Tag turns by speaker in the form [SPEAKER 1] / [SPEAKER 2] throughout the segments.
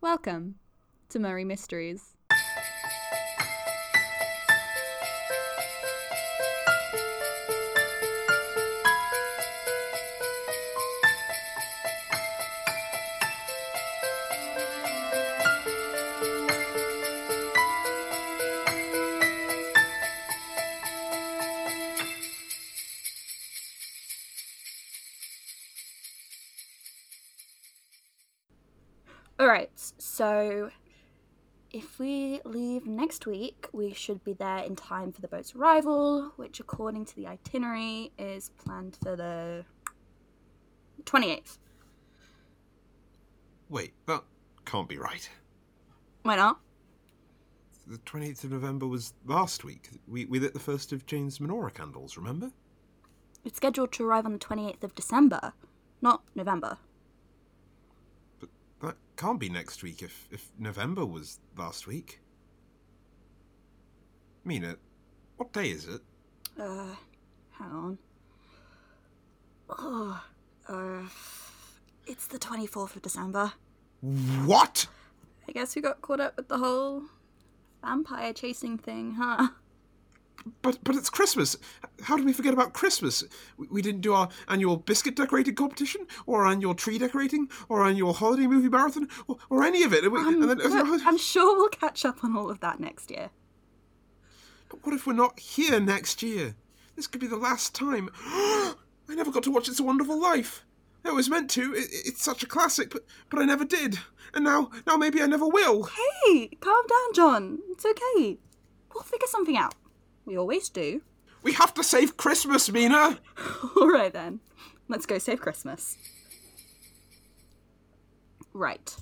[SPEAKER 1] Welcome to Murray Mysteries. All right, so if we leave next week, we should be there in time for the boat's arrival, which, according to the itinerary, is planned for the 28th.
[SPEAKER 2] Wait, that can't be right.
[SPEAKER 1] Why not?
[SPEAKER 2] The 28th of November was last week. We, we lit the first of Jane's menorah candles, remember?
[SPEAKER 1] It's scheduled to arrive on the 28th of December, not November.
[SPEAKER 2] That can't be next week if, if November was last week. Mina, what day is it?
[SPEAKER 1] Uh, hang on. Oh, uh, it's the 24th of December.
[SPEAKER 2] What?
[SPEAKER 1] I guess we got caught up with the whole vampire chasing thing, huh?
[SPEAKER 2] But but it's Christmas. How did we forget about Christmas? We, we didn't do our annual biscuit decorating competition, or our annual tree decorating, or our annual holiday movie marathon, or, or any of it. And we-
[SPEAKER 1] Um,
[SPEAKER 2] and then-
[SPEAKER 1] look, I'm sure we'll catch up on all of that next year.
[SPEAKER 2] But what if we're not here next year? This could be the last time. I never got to watch It's a Wonderful Life. I was meant to. It, it- it's such a classic, but but I never did. And now now maybe I never will.
[SPEAKER 1] Hey, calm down, John. It's okay. We'll figure something out. We always do.
[SPEAKER 2] We have to save Christmas, Mina.
[SPEAKER 1] All right then. Let's go save Christmas. Right.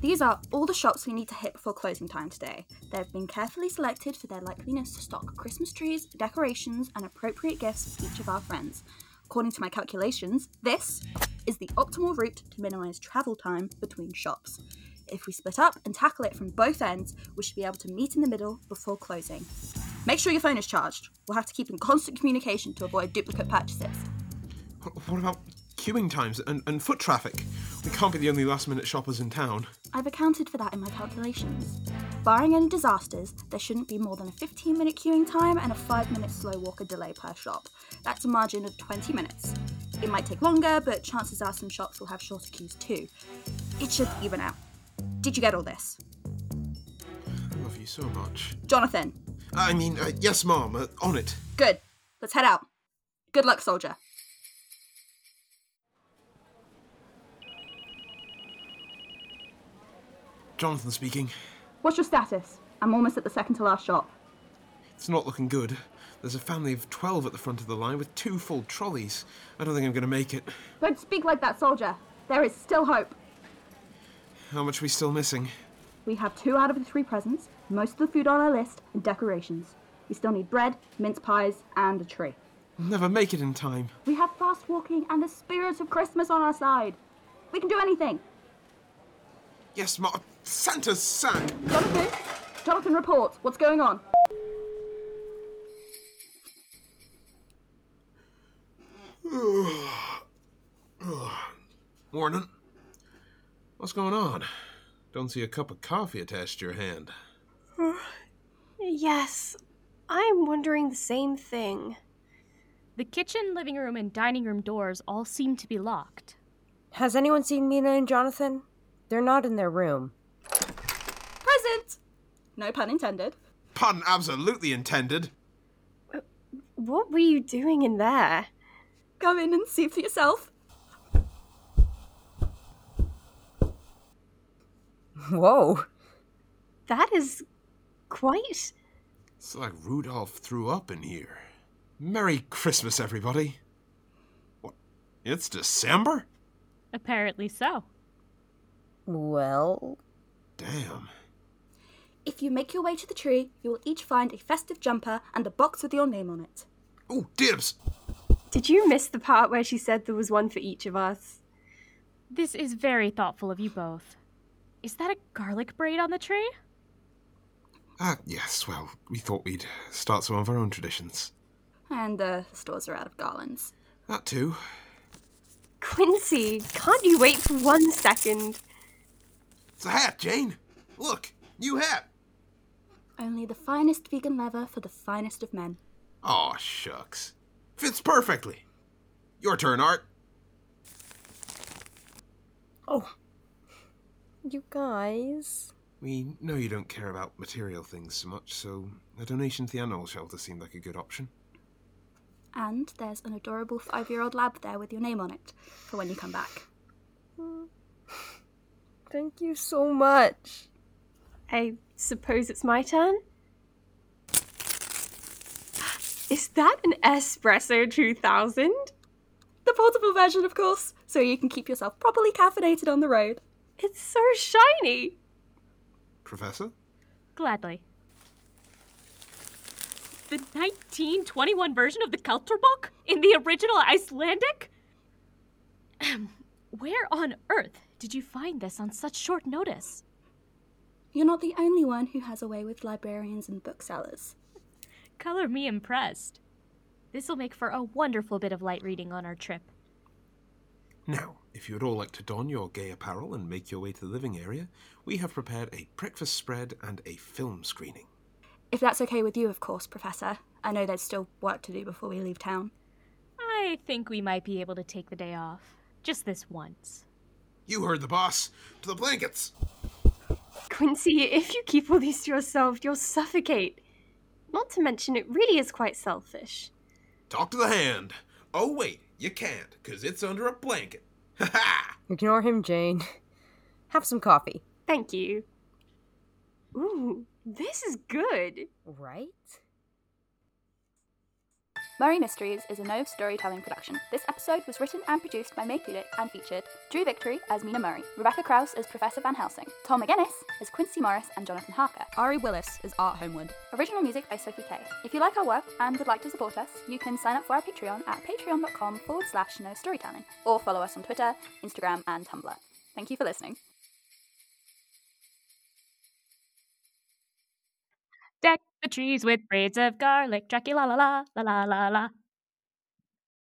[SPEAKER 1] These are all the shops we need to hit before closing time today. They've been carefully selected for their likeliness to stock Christmas trees, decorations, and appropriate gifts for each of our friends. According to my calculations, this is the optimal route to minimise travel time between shops. If we split up and tackle it from both ends, we should be able to meet in the middle before closing. Make sure your phone is charged. We'll have to keep in constant communication to avoid duplicate purchases.
[SPEAKER 2] What- What about queuing times and, and foot traffic? We can't be the only last minute shoppers in town.
[SPEAKER 1] I've accounted for that in my calculations. Barring any disasters, there shouldn't be more than a 15 minute queuing time and a 5 minute slow walker delay per shop. That's a margin of 20 minutes. It might take longer, but chances are some shops will have shorter queues too. It should even out. Did you get all this?
[SPEAKER 2] I love you so much.
[SPEAKER 1] Jonathan,
[SPEAKER 2] I mean, uh, yes, Mom, uh, on it.
[SPEAKER 1] good. Let's head out. Good luck, soldier.
[SPEAKER 2] Jonathan speaking.
[SPEAKER 1] What's your status? I'm almost at the second to last shop.
[SPEAKER 2] It's not looking good. There's a family of 12 at the front of the line with two full trolleys. I don't think I'm going to make it.
[SPEAKER 1] Don't speak like that, soldier. There is still hope.
[SPEAKER 2] How much are we still missing?
[SPEAKER 1] We have two out of the three presents, most of the food on our list, and decorations. We still need bread, mince pies, and a tree.
[SPEAKER 2] We'll never make it in time.
[SPEAKER 1] We have fast walking and the spirit of Christmas on our side. We can do anything.
[SPEAKER 2] Yes, Mom. Santa's sack!
[SPEAKER 1] Jonathan, Jonathan, report. What's going on?
[SPEAKER 2] Morning. What's going on? Don't see a cup of coffee attached to your hand.
[SPEAKER 3] Yes, I'm wondering the same thing.
[SPEAKER 4] The kitchen, living room, and dining room doors all seem to be locked.
[SPEAKER 5] Has anyone seen Mina and Jonathan? They're not in their room.
[SPEAKER 1] Present! No pun intended.
[SPEAKER 2] Pun absolutely intended.
[SPEAKER 3] What were you doing in there?
[SPEAKER 1] Go in and see for yourself.
[SPEAKER 5] Whoa.
[SPEAKER 3] That is quite.
[SPEAKER 2] It's like Rudolph threw up in here. Merry Christmas, everybody. What? It's December?
[SPEAKER 4] Apparently so.
[SPEAKER 5] Well,
[SPEAKER 2] Damn.
[SPEAKER 1] If you make your way to the tree, you will each find a festive jumper and a box with your name on it.
[SPEAKER 2] Oh, dibs!
[SPEAKER 3] Did you miss the part where she said there was one for each of us?
[SPEAKER 4] This is very thoughtful of you both. Is that a garlic braid on the tree?
[SPEAKER 2] Ah, yes, well, we thought we'd start some of our own traditions.
[SPEAKER 1] And uh, the stores are out of garlands.
[SPEAKER 2] That too.
[SPEAKER 3] Quincy, can't you wait for one second?
[SPEAKER 2] It's a hat, Jane. Look, new hat.
[SPEAKER 1] Only the finest vegan leather for the finest of men.
[SPEAKER 2] Aw, shucks. Fits perfectly. Your turn, Art.
[SPEAKER 5] Oh. You guys.
[SPEAKER 2] We know you don't care about material things so much, so a donation to the animal shelter seemed like a good option.
[SPEAKER 1] And there's an adorable five year old lab there with your name on it for when you come back.
[SPEAKER 5] Thank you so much.
[SPEAKER 3] I suppose it's my turn. Is that an espresso 2000?
[SPEAKER 1] The portable version, of course, so you can keep yourself properly caffeinated on the road.
[SPEAKER 3] It's so shiny.
[SPEAKER 2] Professor?
[SPEAKER 4] Gladly. The 1921 version of the Kelterbook in the original Icelandic? Ahem. Where on earth did you find this on such short notice?
[SPEAKER 1] You're not the only one who has a way with librarians and booksellers.
[SPEAKER 4] Color me impressed. This'll make for a wonderful bit of light reading on our trip.
[SPEAKER 2] Now, if you would all like to don your gay apparel and make your way to the living area, we have prepared a breakfast spread and a film screening.
[SPEAKER 1] If that's okay with you, of course, Professor. I know there's still work to do before we leave town.
[SPEAKER 4] I think we might be able to take the day off. Just this once.
[SPEAKER 2] You heard the boss. To the blankets.
[SPEAKER 3] Quincy, if you keep all these to yourself, you'll suffocate. Not to mention, it really is quite selfish.
[SPEAKER 2] Talk to the hand. Oh, wait, you can't, 'cause it's under a blanket. Ha ha!
[SPEAKER 5] Ignore him, Jane. Have some coffee.
[SPEAKER 3] Thank you. Ooh, this is good.
[SPEAKER 5] Right?
[SPEAKER 1] Murray Mysteries is a Nove storytelling production. This episode was written and produced by May Kulik and featured Drew Victory as Mina Murray, Rebecca Krause as Professor Van Helsing, Tom McGuinness as Quincy Morris and Jonathan Harker, Ari Willis as Art Homewood. Original music by Sophie Kay. If you like our work and would like to support us, you can sign up for our Patreon at patreon.com forward slash no storytelling or follow us on Twitter, Instagram, and Tumblr. Thank you for listening.
[SPEAKER 4] Deck the trees with braids of garlic. Dracula la la la la la la.